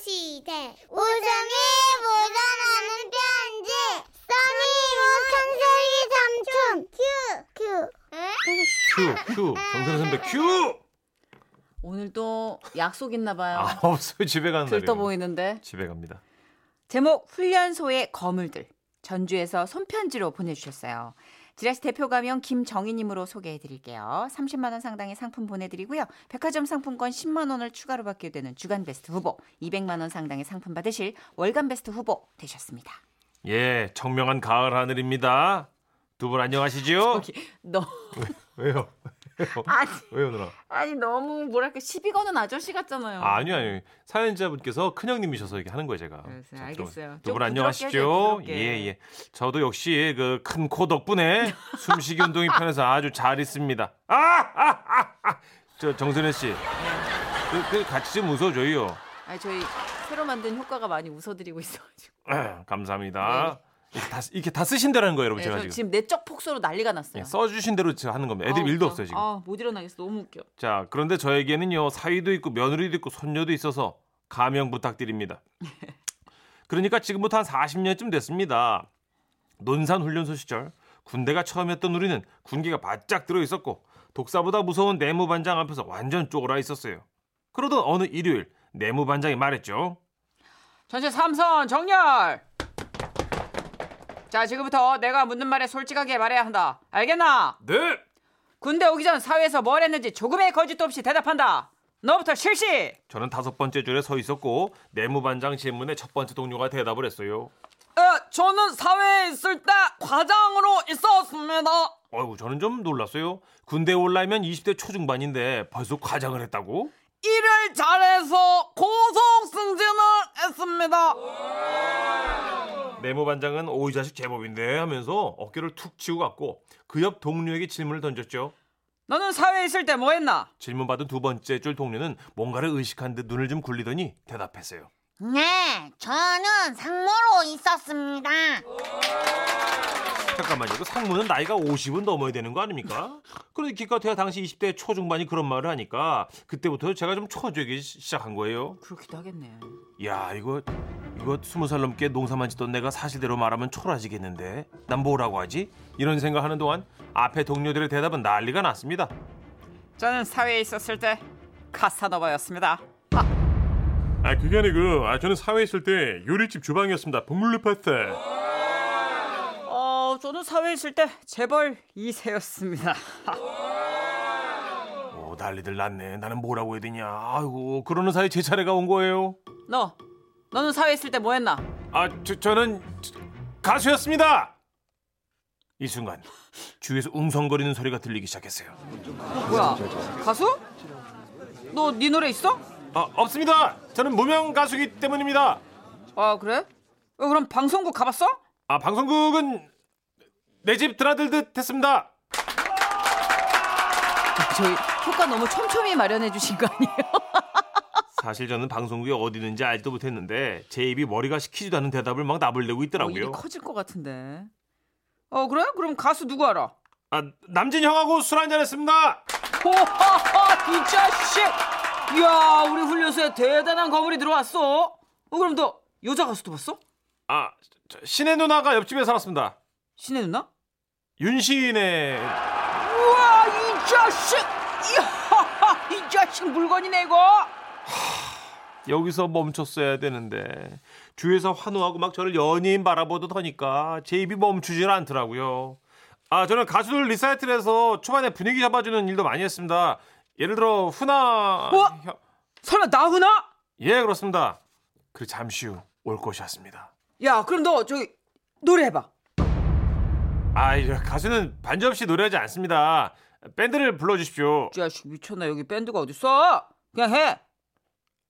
시대 웃음이 묻어나는 편지 써니 우천세기 삼촌 큐큐 큐, 큐. 정선우 선배 큐! 오늘 또 약속 있나 봐요. 아, 없어요. 집에 가는 날이. 들떠 보이는데. 집에 갑니다. 제목 훈련소의 거물들. 전주에서 손편지로 보내주셨어요. 지라시 대표 가명 김정희님으로 소개해드릴게요. 30만 원 상당의 상품 보내드리고요. 백화점 상품권 10만 원을 추가로 받게 되는 주간 베스트 후보, 200만 원 상당의 상품 받으실 월간 베스트 후보 되셨습니다. 예, 청명한 가을 하늘입니다. 두 분 어, 안녕하시죠? 너 왜요? 아니 왜요, 누나? 아니 너무 뭐랄까 시비 거는 아저씨 같잖아요. 아, 아니요, 아니요. 사연자분께서 큰형님이셔서 이렇게 하는 거예요, 제가. 자, 그래서 네, 알겠어요. 두분좀 부드럽게 하세요, 안녕하시죠? 예, 부드럽게. 예. 저도 역시 그 큰 코 덕분에 숨쉬기 운동이 편해서 아주 잘 있습니다. 아! 아! 아! 아! 저 정선혜 네. 씨. 그, 그 같이 좀 웃어줘요. 아니, 저희 새로 만든 효과가 많이 웃어드리고 있어가지고. 아, 감사합니다. 이렇게 다, 이렇게 다 쓰신다라는 거예요, 여러분. 어, 네, 제가 저 지금. 지금 내적 폭소로 난리가 났어요. 예, 써주신 대로 지금 하는 겁니다. 애들 그러니까. 아, 이 일도 웃겨. 없어요, 지금. 아, 못 일어나겠어. 너무 웃겨. 자, 그런데 저에게는요, 사위도 있고, 며느리도 있고, 손녀도 있어서 가명 부탁드립니다. 그러니까 지금부터 한 40년쯤 됐습니다. 논산훈련소 시절, 군대가 처음이었던 우리는 군기가 바짝 들어있었고, 독사보다 무서운 내무반장 앞에서 완전 쪼그라 있었어요. 그러던 어느 일요일, 내무반장이 말했죠. 전체 삼선 정렬. 자, 지금부터 내가 묻는 말에 솔직하게 말해야 한다. 알겠나? 네! 군대 오기 전 사회에서 뭘 했는지 조금의 거짓도 없이 대답한다. 너부터 실시. 저는 다섯 번째 줄에 서 있었고, 내무반장 질문에 첫 번째 동료가 대답을 했어요. 어, 저는 사회에 있을 때 과장으로 있었습니다. 어이구 저는 좀 놀랐어요. 군대 올라면 20대 초중반인데 벌써 과장을 했다고? 일을 잘해서 고속 승진을 했습니다. 네모 반장은 오이 자식 제법인데 하면서 어깨를 툭 치고 갔고 그 옆 동료에게 질문을 던졌죠. 너는 사회에 있을 때 뭐 했나? 질문 받은 두 번째 줄 동료는 뭔가를 의식한 듯 눈을 좀 굴리더니 대답했어요. 네 저는 상모로 있었습니다 잠깐만요. 그 상무는 나이가 50은 넘어야 되는 거 아닙니까? 그런데 기껏해야 당시 20대 초중반이 그런 말을 하니까 그때부터 제가 좀 초조하기 시- 시작한 거예요. 그렇기도 하겠네. 야 이거 이거 스무 살 넘게 농사만 짓던 내가 사실대로 말하면 초라지겠는데 난 뭐라고 하지? 이런 생각하는 동안 앞에 동료들의 대답은 난리가 났습니다. 저는 사회에 있었을 때 카사노바였습니다. 아 그게 아니고 아 저는 사회 있을 때 요리집 주방이었습니다. 복물로 파스타. 어, 저는 사회에 있을 때 재벌 2세였습니다. 오 난리들 났네. 나는 뭐라고 해야 되냐. 아이고 그러는 사이 제 차례가 온 거예요. 너, 너는 사회에 있을 때 뭐 했나? 아 저, 저는 저- 가수였습니다. 이 순간 주위에서 웅성거리는 소리가 들리기 시작했어요. 뭐야, 가수? 너 네 노래 있어? 아 없습니다. 저는 무명 가수기 때문입니다. 아, 그래? 어, 그럼 방송국 가봤어? 아 방송국은 내 집 드나들 듯 했습니다. 아, 저희 효과 너무 촘촘히 마련해 주신 거 아니에요? 사실 저는 방송국이 어디 있는지 알지도 못했는데 제 입이 머리가 시키지도 않은 대답을 막 나불내고 어, 일이 있더라고요. 커질 것 같은데. 어, 그래? 그럼 가수 누구 알아? 아 남진 형하고 술 한잔 했습니다. 호하하, 이 자식! 이야, 우리 훈련소에 대단한 거물이 들어왔어. 어, 그럼 너 여자 가수도 봤어? 아 저, 신혜 누나가 옆집에 살았습니다. 신혜 누나? 윤시인의 우와 이 자식 이야 이 자식 물건이네 이거 여기서 멈췄어야 되는데 주위에서 환호하고 막 저를 연예인 바라보듯 하니까 제 입이 멈추질 않더라고요. 아 저는 가수들 리사이틀에서 초반에 분위기 잡아주는 일도 많이 했습니다. 예를 들어 훈아 어? 형- 설마 나훈아 예 그렇습니다. 그 잠시 후 올 것이었습니다. 야 그럼 너 저기 노래해봐 아 이제 가수는 반주 없이 노래하지 않습니다. 밴드를 불러주십시오. 이 자식 미쳤나 여기 밴드가 어딨어 그냥 해아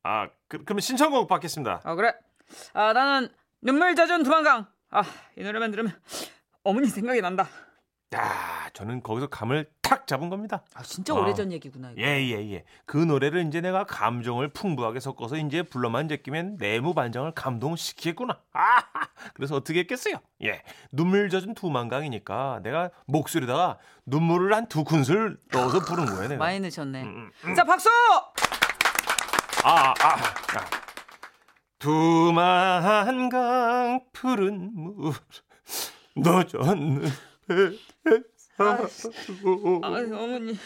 아 그, 그럼 신청곡 받겠습니다. 그래 아 나는 눈물 젖은 두만강 아 이 노래만 들으면 어머니 생각이 난다 야 저는 거기서 감을 탁 잡은 겁니다. 아 진짜 와. 오래전 얘기구나 이거 예예 예, 예. 그 노래를 이제 내가 감정을 풍부하게 섞어서 이제 불러만 제끼면 내무 반장을 감동시키겠구나. 아 그래서 어떻게 했겠어요? 예 눈물 젖은 두만강이니까 내가 목소리다가 눈물을 한 두 큰술 넣어서 부른 거예요. 내가. 음, 많이 늦었네 자 박수 아, 아, 아. 두만강 푸른 물 노젓는 배에서 아, 어머니.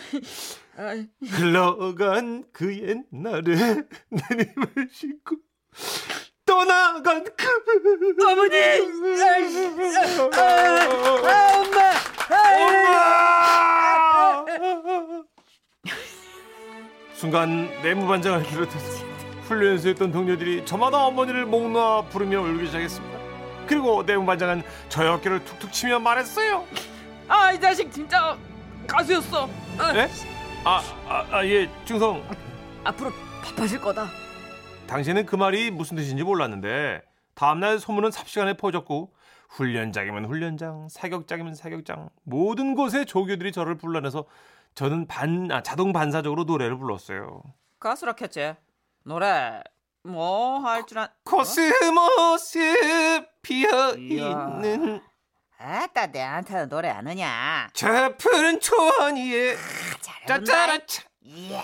아, 흘러간 그 옛날에 내님을 싣고 떠나간 그 어머니! 아, 아, 아, 엄마! 아, 엄마! 순간 내무반장을 비롯해서 훈련소였던 동료들이 저마다 어머니를 목 놓아 부르며 울기 시작했습니다. 그리고 내무반장은 저의 어깨를 툭툭 치며 말했어요. 아, 이 자식 진짜 가수였어. 아, 예? 아, 아, 아, 예, 충성. 앞으로 바빠질 거다. 당신은 그 말이 무슨 뜻인지 몰랐는데 다음날 소문은 삽시간에 퍼졌고 훈련장이면 훈련장, 사격장이면 사격장 모든 곳에 조교들이 저를 불러내서 저는 반, 아, 자동 반사적으로 노래를 불렀어요. 가수라 켰지. 노래 뭐 할 줄 안. 코스모스 피어 이야. 있는 아따 내한테는 노래 안 하냐? 저 푸른 초원 위에 아, 잘한다. 짜짜라차. 예.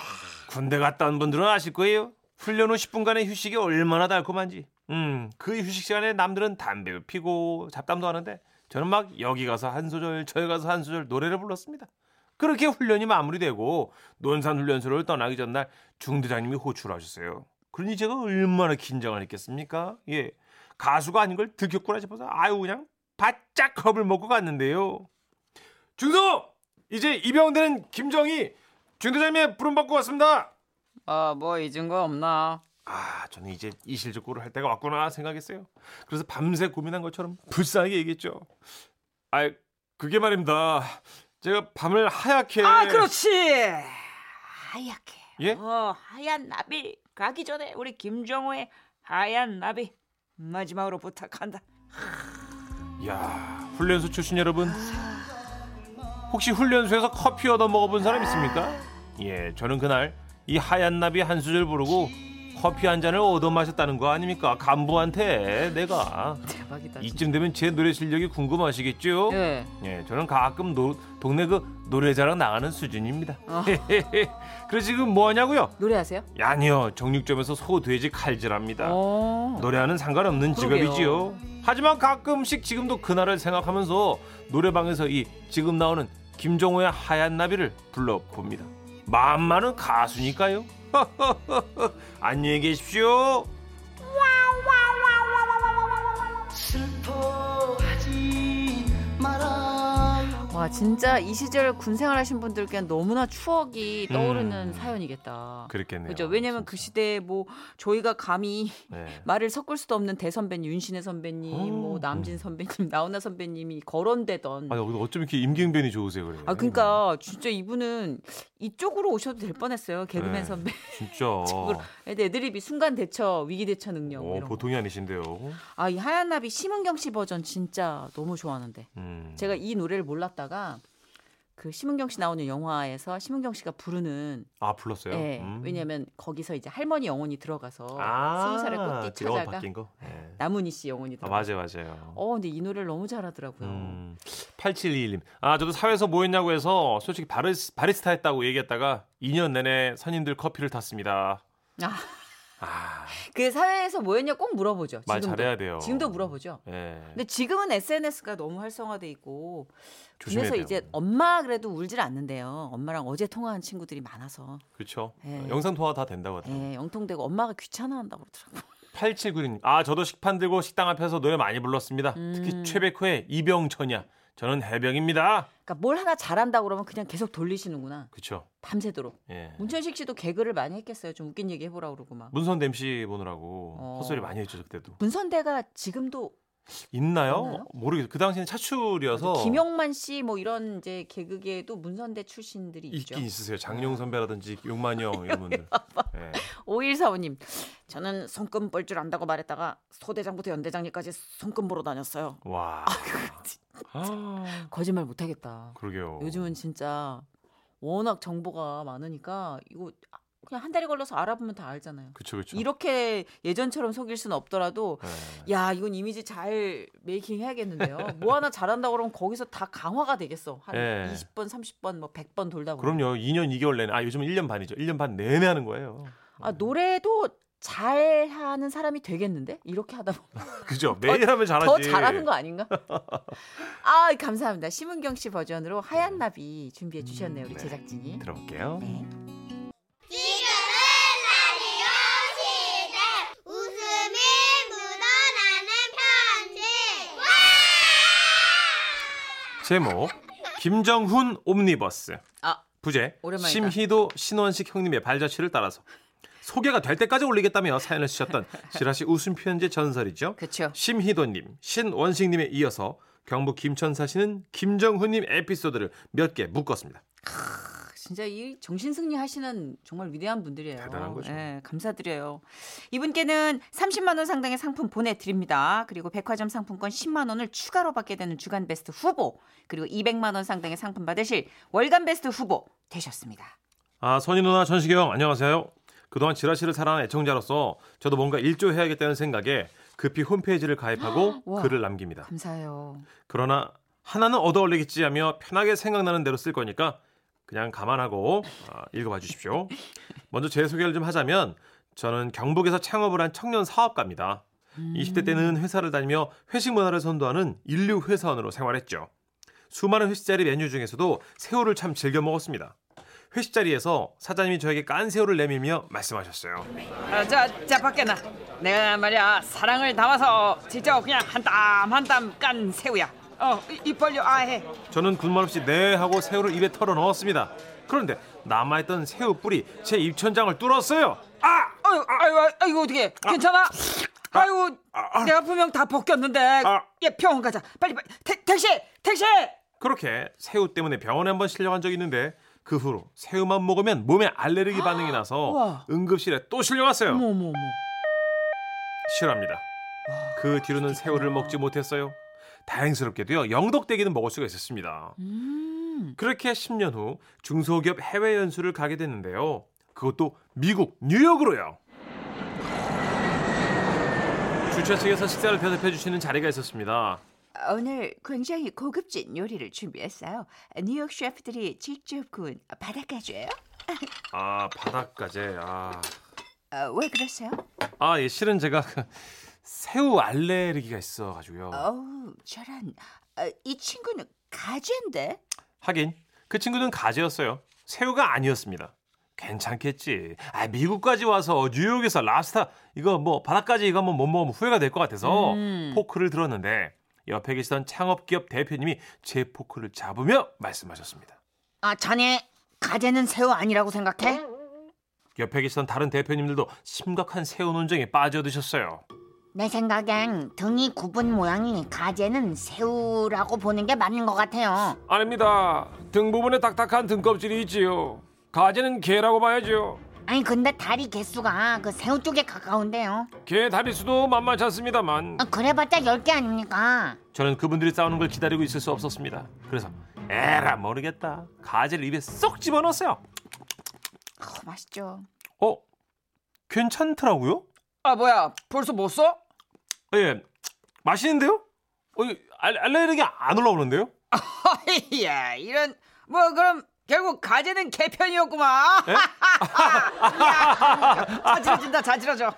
군대 갔다 온 분들은 아실 거예요. 훈련 후 10분간의 휴식이 얼마나 달콤한지. 음, 그 휴식 시간에 남들은 담배도 피고 잡담도 하는데 저는 막 여기 가서 한 소절, 저기 가서 한 소절 노래를 불렀습니다. 그렇게 훈련이 마무리되고 논산 훈련소를 떠나기 전날 중대장님이 호출을 하셨어요. 그러니 제가 얼마나 긴장을 했겠습니까? 예, 가수가 아닌 걸 들켰구나 싶어서 아유 그냥 바짝 겁을 먹고 갔는데요. 중소 이제 입영되는 김정희 중대장님의 부름 받고 왔습니다. 어, 아뭐 잊은 거 없나? 아 저는 이제 이 실적고를 할 때가 왔구나 생각했어요. 그래서 밤새 고민한 것처럼 불쌍하게 얘기했죠. 아 그게 말입니다. 제가 밤을 하얗게 아 그렇지. 하얗게. 예? 어 하얀 나비 가기 전에 우리 김정호의 하얀 나비 마지막으로 부탁한다. 야 훈련소 출신 여러분 혹시 훈련소에서 커피 얻어 먹어본 사람 있습니까? 예 저는 그날 이 하얀 나비 한 수절 부르고 커피 한 잔을 얻어 마셨다는 거 아닙니까? 간부한테 내가 대박이다. 이쯤 되면 제 노래 실력이 궁금하시겠죠? 예. 예, 저는 가끔 노- 동네 그 노래자랑 나가는 수준입니다. 아. 그래서 지금 뭐 하냐고요? 노래하세요? 아니요, 정육점에서 소 돼지 칼질합니다. 어. 노래하는 상관없는 그러게요. 직업이지요. 하지만 가끔씩 지금도 그날을 생각하면서 노래방에서 이 지금 나오는 김종호의 하얀 나비를 불러봅니다. 마음만은 가수니까요. 안녕히 계십시오. 슬퍼하지 말아요 와 진짜 이 시절 군 생활하신 분들께 너무나 추억이 음. 떠오르는 사연이겠다. 그렇겠네요. 그죠? 왜냐면 그 시대에 뭐 저희가 감히 네. 말을 섞을 수도 없는 대선배님, 윤신혜 선배님, 음. 뭐 남진 선배님, 나훈아 선배님이 거론되던. 아니 어쩜 이렇게 임기응변이 좋으세요, 그래요? 아 그러니까 진짜 이분은 이쪽으로 오셔도 될 뻔했어요. 개그맨 네. 선배. 진짜. 친구로. 애드립이 순간 대처, 위기 대처 능력 뭐 어, 이런 거. 보통이 아니신데요. 아, 이 하얀 나비 심은경 씨 버전 진짜 너무 좋아하는데. 음. 제가 이 노래를 몰랐다가 그 심은경 씨 나오는 영화에서 심은경 씨가 부르는 아 불렀어요. 예. 음. 왜냐면 거기서 이제 할머니 영혼이 들어가서 아, 스무 살의 꽃띠 그 영화 찾아가 바뀐 거. 예. 나문희 씨 영혼이 아 들어가. 맞아요, 맞아요. 어, 근데 이 노래를 너무 잘하더라고요. 음. 8721님. 아, 저도 사회에서 뭐 했냐고 해서 솔직히 바리, 바리스타 했다고 얘기했다가 2년 내내 선임들 커피를 탔습니다. 아. 아, 그 사회에서 뭐였냐 꼭 물어보죠. 말 지금도. 잘해야 돼요. 지금도 물어보죠. 예. 근데 지금은 SNS가 너무 활성화돼 있고 조심해야 그래서 돼요. 이제 엄마 그래도 울질 않는데요. 엄마랑 어제 통화한 친구들이 많아서 그렇죠. 예. 영상 통화 다 된다고 하더라고요. 예, 영통되고 엄마가 귀찮아한다고 그러더라고요. 8796님. 아, 저도 식판 들고 식당 앞에서 노래 많이 불렀습니다. 음. 특히 최백호의 이병천이야. 저는 해병입니다. 그러니까 뭘 하나 잘한다 그러면 그냥 계속 돌리시는구나. 그렇죠. 밤새도록. 예. 문천식 씨도 개그를 많이 했겠어요. 좀 웃긴 얘기 해보라 그러고 막. 문선 댐씨 보느라고 어. 헛소리 많이 했죠 그때도 문선대가 지금도 그 있나요? 있나요? 모르겠어요. 그 당시에는 차출이어서 김영만 씨 뭐 이런 이제 개그계에도 문선대 출신들이 있죠. 네. 있긴 있으세요. 장용 선배라든지 용만영 이런 분들. 예. 오일사오님, 저는 손금 볼 줄 안다고 말했다가 소대장부터 연대장님까지 손금 보러 다녔어요. 와. 아, 거짓말 못하겠다. 그러게요. 요즘은 진짜 워낙 정보가 많으니까 이거 그냥 한 달이 걸려서 알아보면 다 알잖아요. 그쵸 그쵸. 이렇게 예전처럼 속일 수는 없더라도 예. 야 이건 이미지 잘 메이킹 해야겠는데요. 뭐 하나 잘한다 그러면 거기서 다 강화가 되겠어. 한 예. 20번, 30번, 뭐 100번 돌다 보면. 그럼요. 2년 2개월 내내 아 요즘은 1년 반이죠. 1년 반 내내 하는 거예요. 아 노래도 잘하는 사람이 되겠는데 이렇게 하다 보면 그죠? 매일 하면 잘하지. 더 잘하는 거 아닌가? 아 감사합니다. 심은경 씨 버전으로 하얀 나비 준비해 주셨네요 네. 우리 네. 제작진이. 들어볼게요. 라디오 시대 웃음이 묻어나는 편지 제목 김정훈 옴니버스. 아 부제 오랜만이다. 심희도 신원식 형님의 발자취를 따라서 소개가 될 때까지 올리겠다며 사연을 쓰셨던 지라시 웃음 편지 전설이죠. 그렇죠. 심희도님, 신원식님에 이어서 경북 김천사 시는 김정훈님 에피소드를 몇 개 묶었습니다. 진짜 이 정신승리 하시는 정말 위대한 분들이에요. 대단한 거죠. 예, 감사드려요. 이분께는 30만 원 상당의 상품 보내드립니다. 그리고 백화점 상품권 10만 원을 추가로 받게 되는 주간 베스트 후보 그리고 200만 원 상당의 상품 받으실 월간 베스트 후보 되셨습니다. 아, 선희 누나, 전식이 형, 안녕하세요. 그동안 지라시를 사랑하는 애청자로서 저도 뭔가 일조해야겠다는 생각에 급히 홈페이지를 가입하고 우와. 글을 남깁니다. 감사해요. 그러나 하나는 얻어올리겠지 하며 편하게 생각나는 대로 쓸 거니까 그냥 감안하고 아, 읽어봐 주십시오. 먼저 제 소개를 좀 하자면 저는 경북에서 창업을 한 청년 사업가입니다. 20대 때는 회사를 다니며 회식 문화를 선도하는 인류 회사원으로 생활했죠. 수많은 회식 자리 메뉴 중에서도 새우를 참 즐겨 먹었습니다. 회식 자리에서 사장님이 저에게 깐 새우를 내밀며 말씀하셨어요. 아, 저, 저 밖에 나. 내가 말이야 사랑을 담아서 진짜 그냥 한 땀 한 땀 깐 새우야. 어, 입- 입 벌려 아해. 저는 군말 없이 네 하고 새우를 입에 털어 넣었습니다. 그런데 남아있던 새우 뿌리 제 입천장을 뚫었어요. 아, 아유, 아유, 아이고 어떻게? 괜찮아? 아, 이고 내가 분명 다 벗겼는데. 아. 얘 병원 가자. 빨리 빨리. 택- 택시, 택시. 그렇게 새우 때문에 병원에 한번 실려간 적이 있는데 그 후로 새우만 먹으면 몸에 알레르기 반응이 나서 우와. 응급실에 또 실려갔어요. 어머, 어머. 실합니다. 그 뒤로는 새우를 먹지 못했어요. 다행스럽게도요 영덕대기는 먹을 수가 있었습니다. 그렇게 10년 후 중소기업 해외 연수를 가게 됐는데요. 그것도 미국 뉴욕으로요. 주최 측에서 식사를 대접해 주시는 자리가 있었습니다. 오늘 굉장히 고급진 요리를 준비했어요. 뉴욕 셰프들이 직접 구운 바닷가주예요. 아 바닷가재. 아, 어, 왜 그러세요? 아 예, 실은 제가 새우 알레르기가 아, 있어가지고요. 어우 저런 어, 이 친구는 가지인데 하긴 그 친구는 가재였어요. 새우가 아니었습니다. 괜찮겠지. 아 미국까지 와서 뉴욕에서 랍스타 이거 뭐 바닥까지 이거 한번 못 먹으면 후회가 될 것 같아서 포크를 들었는데 옆에 계시던 창업기업 대표님이 제 포크를 잡으며 말씀하셨습니다. 아 자네 가재는 새우 아니라고 생각해? 옆에 계시던 다른 대표님들도 심각한 새우 논쟁에 빠져드셨어요. 내 생각엔 등이 굽은 모양이 가재는 새우라고 보는 게 맞는 것 같아요. 아닙니다. 등 부분에 딱딱한 등껍질이 있지요. 가재는 개라고 봐야죠. 아니 근데 다리 개수가 그 새우 쪽에 가까운데요. 개 다리 수도 만만치 않습니다만 아, 그래봤자 10개 아닙니까? 저는 그분들이 싸우는 걸 기다리고 있을 수 없었습니다. 그래서 에라 모르겠다. 가지를 입에 쏙 집어넣었어요. 어, 맛있죠. 어? 괜찮더라고요? 아, 뭐야? 벌써 못 써? 예. 맛있는데요? 어, 이 알, 알레르기 안 올라오는데요? 야, 이런 뭐 그럼 결국 가재는 개편이었구만. 에? 자지러진다, 자지러져.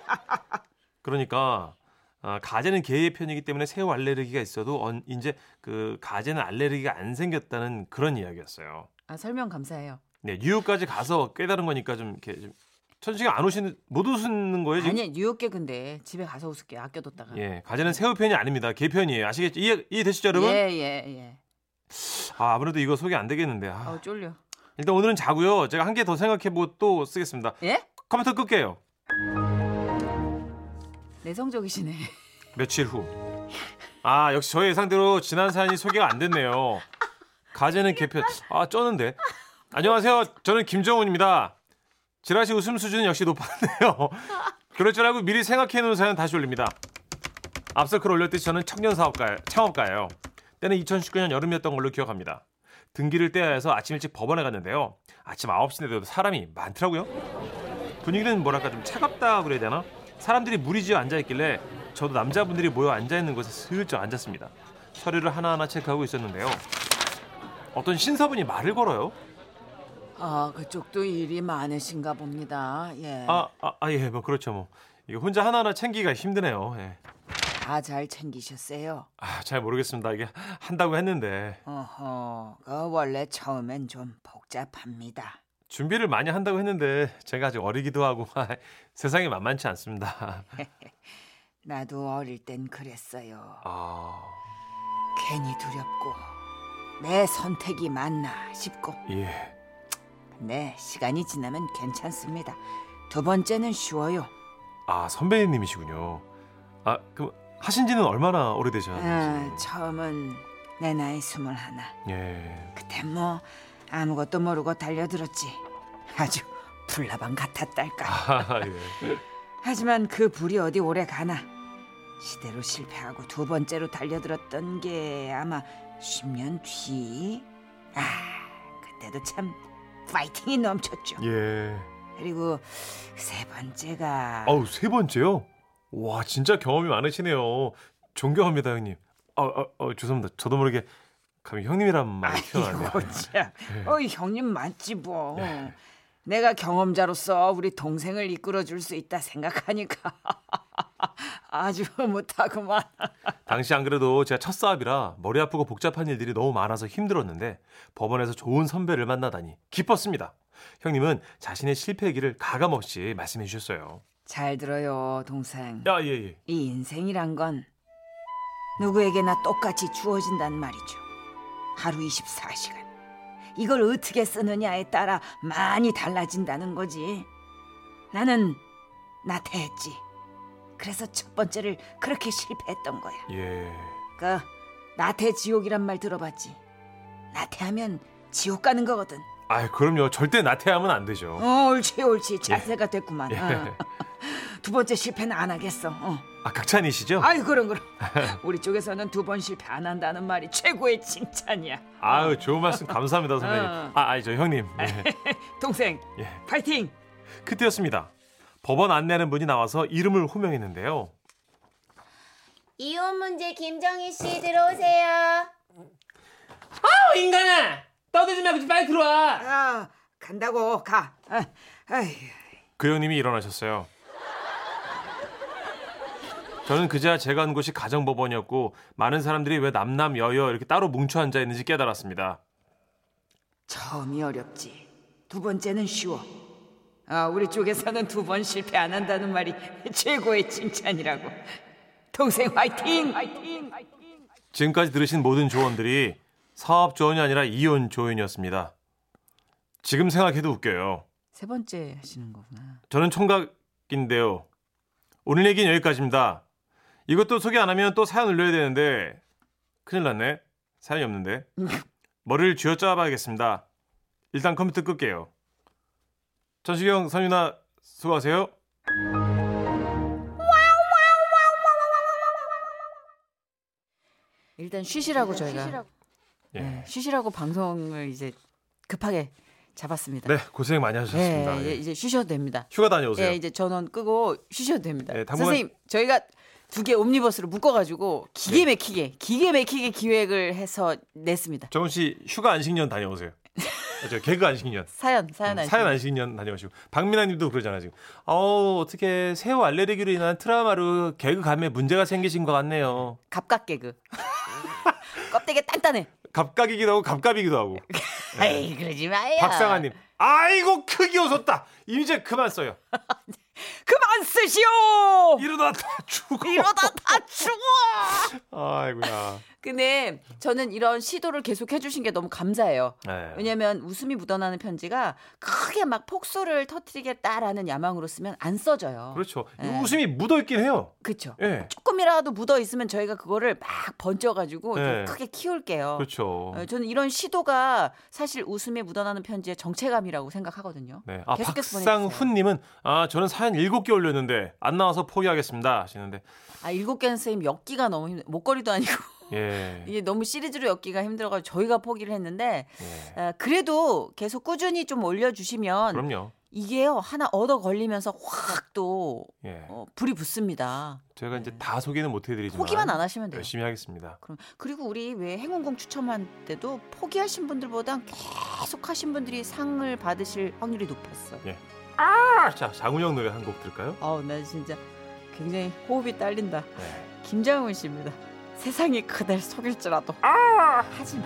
그러니까 아, 가재는 개의 편이기 때문에 새우 알레르기가 있어도 언, 이제 그 가재는 알레르기가 안 생겼다는 그런 이야기였어요. 아 설명 감사해요. 네, 뉴욕까지 가서 깨달은 거니까 좀 이렇게 좀 천식이 안 오시는 못 오시는 거예요 지금? 아니 뉴욕계 근데 집에 가서 웃을게 요 아껴뒀다가. 예, 가재는 새우 편이 아닙니다. 개 편이에요. 아시겠죠? 이해, 이해되시죠, 여러분? 예예 예. 아, 아무래도 이거 소개 안 되겠는데. 아, 어 쫄려. 일단 오늘은 자고요. 제가 한 개 더 생각해보고 또 쓰겠습니다. 예? 컴퓨터 끌게요. 내성적이시네. 며칠 후. 아, 역시 저의 예상대로 지난 사연이 소개가 안 됐네요. 가재는 개편. 아, 쩌는데. 안녕하세요. 저는 김정훈입니다. 지라시 웃음 수준은 역시 높았네요. 그럴 줄 알고 미리 생각해놓은 사연 다시 올립니다. 앞서 글 올렸듯이 저는 청년 사업가, 창업가예요. 때는 2019년 여름이었던 걸로 기억합니다. 등기를 떼야 해서 아침 일찍 법원에 갔는데요. 아침 9시인데도 사람이 많더라고요. 분위기는 뭐랄까 좀 차갑다 그래야 되나? 사람들이 무리지어 앉아 있길래 저도 남자분들이 모여 앉아 있는 곳에 슬쩍 앉았습니다. 서류를 하나하나 체크하고 있었는데요. 어떤 신사분이 말을 걸어요. 아 그쪽도 일이 많으신가 봅니다. 예. 아, 아, 아, 예, 뭐 그렇죠 뭐. 이거 혼자 하나하나 챙기기가 힘드네요. 예. 다 잘 챙기셨어요? 아, 잘 모르겠습니다. 이게 한다고 했는데 어허, 그 원래 처음엔 좀 복잡합니다. 준비를 많이 한다고 했는데 제가 아직 어리기도 하고 세상이 만만치 않습니다. 나도 어릴 땐 그랬어요. 아, 괜히 두렵고 내 선택이 맞나 싶고. 예. 네, 시간이 지나면 괜찮습니다. 두 번째는 쉬워요. 아, 선배님이시군요. 아, 그럼 하신 지는 얼마나 오래되셨는지. 아, 처음은 내 나이 스물하나. 예. 그땐 뭐 아무것도 모르고 달려들었지. 아주 불나방 같았달까. 아, 예. 하지만 그 불이 어디 오래 가나. 시대로 실패하고 두 번째로 달려들었던 게 아마 10년 뒤. 아, 그때도 참 파이팅이 넘쳤죠. 예. 그리고 세 번째가 아우, 세 번째요? 와, 진짜 경험이 많으시네요. 존경합니다, 형님. 아, 아, 아 죄송합니다. 저도 모르게 감히 형님이란 말이 튀어나왔네요. 네. 아이고 참. 어이 형님 맞지 뭐. 내가 경험자로서 우리 동생을 이끌어 줄 수 있다 생각하니까 아주 못하구만. 당시 안 그래도 제가 첫 사업이라 머리 아프고 복잡한 일들이 너무 많아서 힘들었는데 법원에서 좋은 선배를 만나다니 기뻤습니다. 형님은 자신의 실패 얘기를 가감 없이 말씀해 주셨어요. 잘 들어요, 동생. 야, 예, 예. 이 인생이란 건 누구에게나 똑같이 주어진단 말이죠. 하루 24시간. 이걸 어떻게 쓰느냐에 따라 많이 달라진다는 거지. 나는 나태했지. 그래서 첫 번째를 그렇게 실패했던 거야. 예. 그 나태 지옥이란 말 들어봤지? 나태하면 지옥 가는 거거든. 아, 그럼요. 절대 나태하면 안 되죠. 어, 옳지 옳지 자세가 됐구만. 예. 어. 두 번째 실패는 안 하겠어. 어. 아, 각찬이시죠? 아유 그럼 그럼. 우리 쪽에서는 두 번 실패 안 한다는 말이 최고의 칭찬이야. 아유, 좋은 말씀 감사합니다, 선배님. 어. 아, 아니, 저 형님. 예. 동생 예. 파이팅. 그때였습니다. 법원 안내하는 분이 나와서 이름을 호명했는데요. 이혼 문제 김정희 씨 들어오세요. 아우 인간아 떠들지 말고 좀 빨리 들어와 아 간다고 가. 아, 아이, 그 형님이 일어나셨어요. 저는 그제야 제가 한 곳이 가정법원이었고 많은 사람들이 왜 남남 여여 이렇게 따로 뭉쳐 앉아 있는지 깨달았습니다. 처음이 어렵지. 두 번째는 쉬워. 아, 우리 쪽에서는 두 번 실패 안 한다는 말이 최고의 칭찬이라고. 동생 화이팅! 화이팅! 지금까지 들으신 모든 조언들이 사업 조언이 아니라 이혼 조언이었습니다. 지금 생각해도 웃겨요. 세 번째 하시는 거구나. 저는 총각인데요. 오늘 얘기는 여기까지입니다. 이것도 소개 안 하면 또 사연 올려야 되는데 큰일 났네. 사연이 없는데. 머리를 쥐어짜봐야겠습니다. 일단 컴퓨터 끌게요. 전시경, 선윤아 수고하세요. 일단 쉬시라고 저희가 예. 네, 쉬시라고 방송을 이제 급하게 잡았습니다. 네, 고생 많이 네, 하셨습니다. 이제, 예. 이제 쉬셔도 됩니다. 휴가 다녀오세요. 예, 이제 전원 끄고 쉬셔도 됩니다. 예, 당분간- 선생님, 저희가 두 개 옴니버스로 묶어가지고 기계 예. 맥히게 기계 맥히게 기획을 해서 냈습니다. 정훈 씨 휴가 안식년 다녀오세요. 아, 저 개그 안식년. 사연, 사연 안 음, 사연 안식년 다녀오시고 박민아님도 그러잖아요 지금. 어우 어떻게 새우 알레르기로 인한 트라우마로 개그 감에 문제가 생기신 것 같네요. 갑각개그. 껍데기 단단해. 갑각이기도 하고 갑갑이기도 하고. 에이, 그러지 마요. 네. 박상아님, 아이고 크게 웃었다. 이제 그만 써요. 그만 쓰시오! 이러다 다 죽어. 이러다 다 죽어. 아이고야. 근데 저는 이런 시도를 계속 해주신 게 너무 감사해요. 네. 왜냐면 웃음이 묻어나는 편지가 크게 막 폭소를 터뜨리겠다라는 야망으로 쓰면 안 써져요. 그렇죠. 이 네. 웃음이 묻어 있긴 해요. 그렇죠. 예. 조금이라도 묻어 있으면 저희가 그거를 막 번져가지고 좀 네. 크게 키울게요. 그렇죠. 어, 저는 이런 시도가 사실 웃음에 묻어나는 편지의 정체감이라고 생각하거든요. 네. 아, 계속해서 박상훈님은 아 저는 사연 일곱 개 올렸는데 안 나와서 포기하겠습니다 하시는데 아 일곱 개는 선생님 엮기가 너무 힘들 목걸이도 아니고 예. 이게 너무 시리즈로 엮기가 힘들어가지고 저희가 포기를 했는데 예. 아, 그래도 계속 꾸준히 좀 올려주시면 그럼요. 이게요 하나 얻어 걸리면서 확 또 어, 예. 불이 붙습니다. 제가 이제 다 소개는 못 해드리지만 네. 포기만 안 하시면 돼요. 열심히 하겠습니다. 그럼 그리고 우리 왜 행운공 추첨할 때도 포기하신 분들보다 계속 하신 분들이 상을 받으실 확률이 높았어. 아, 자 장훈영 노래 한 곡 들을까요? 아우 나 진짜 굉장히 호흡이 딸린다. 네. 김장훈 씨입니다. 세상이 그댈 속일지라도 하지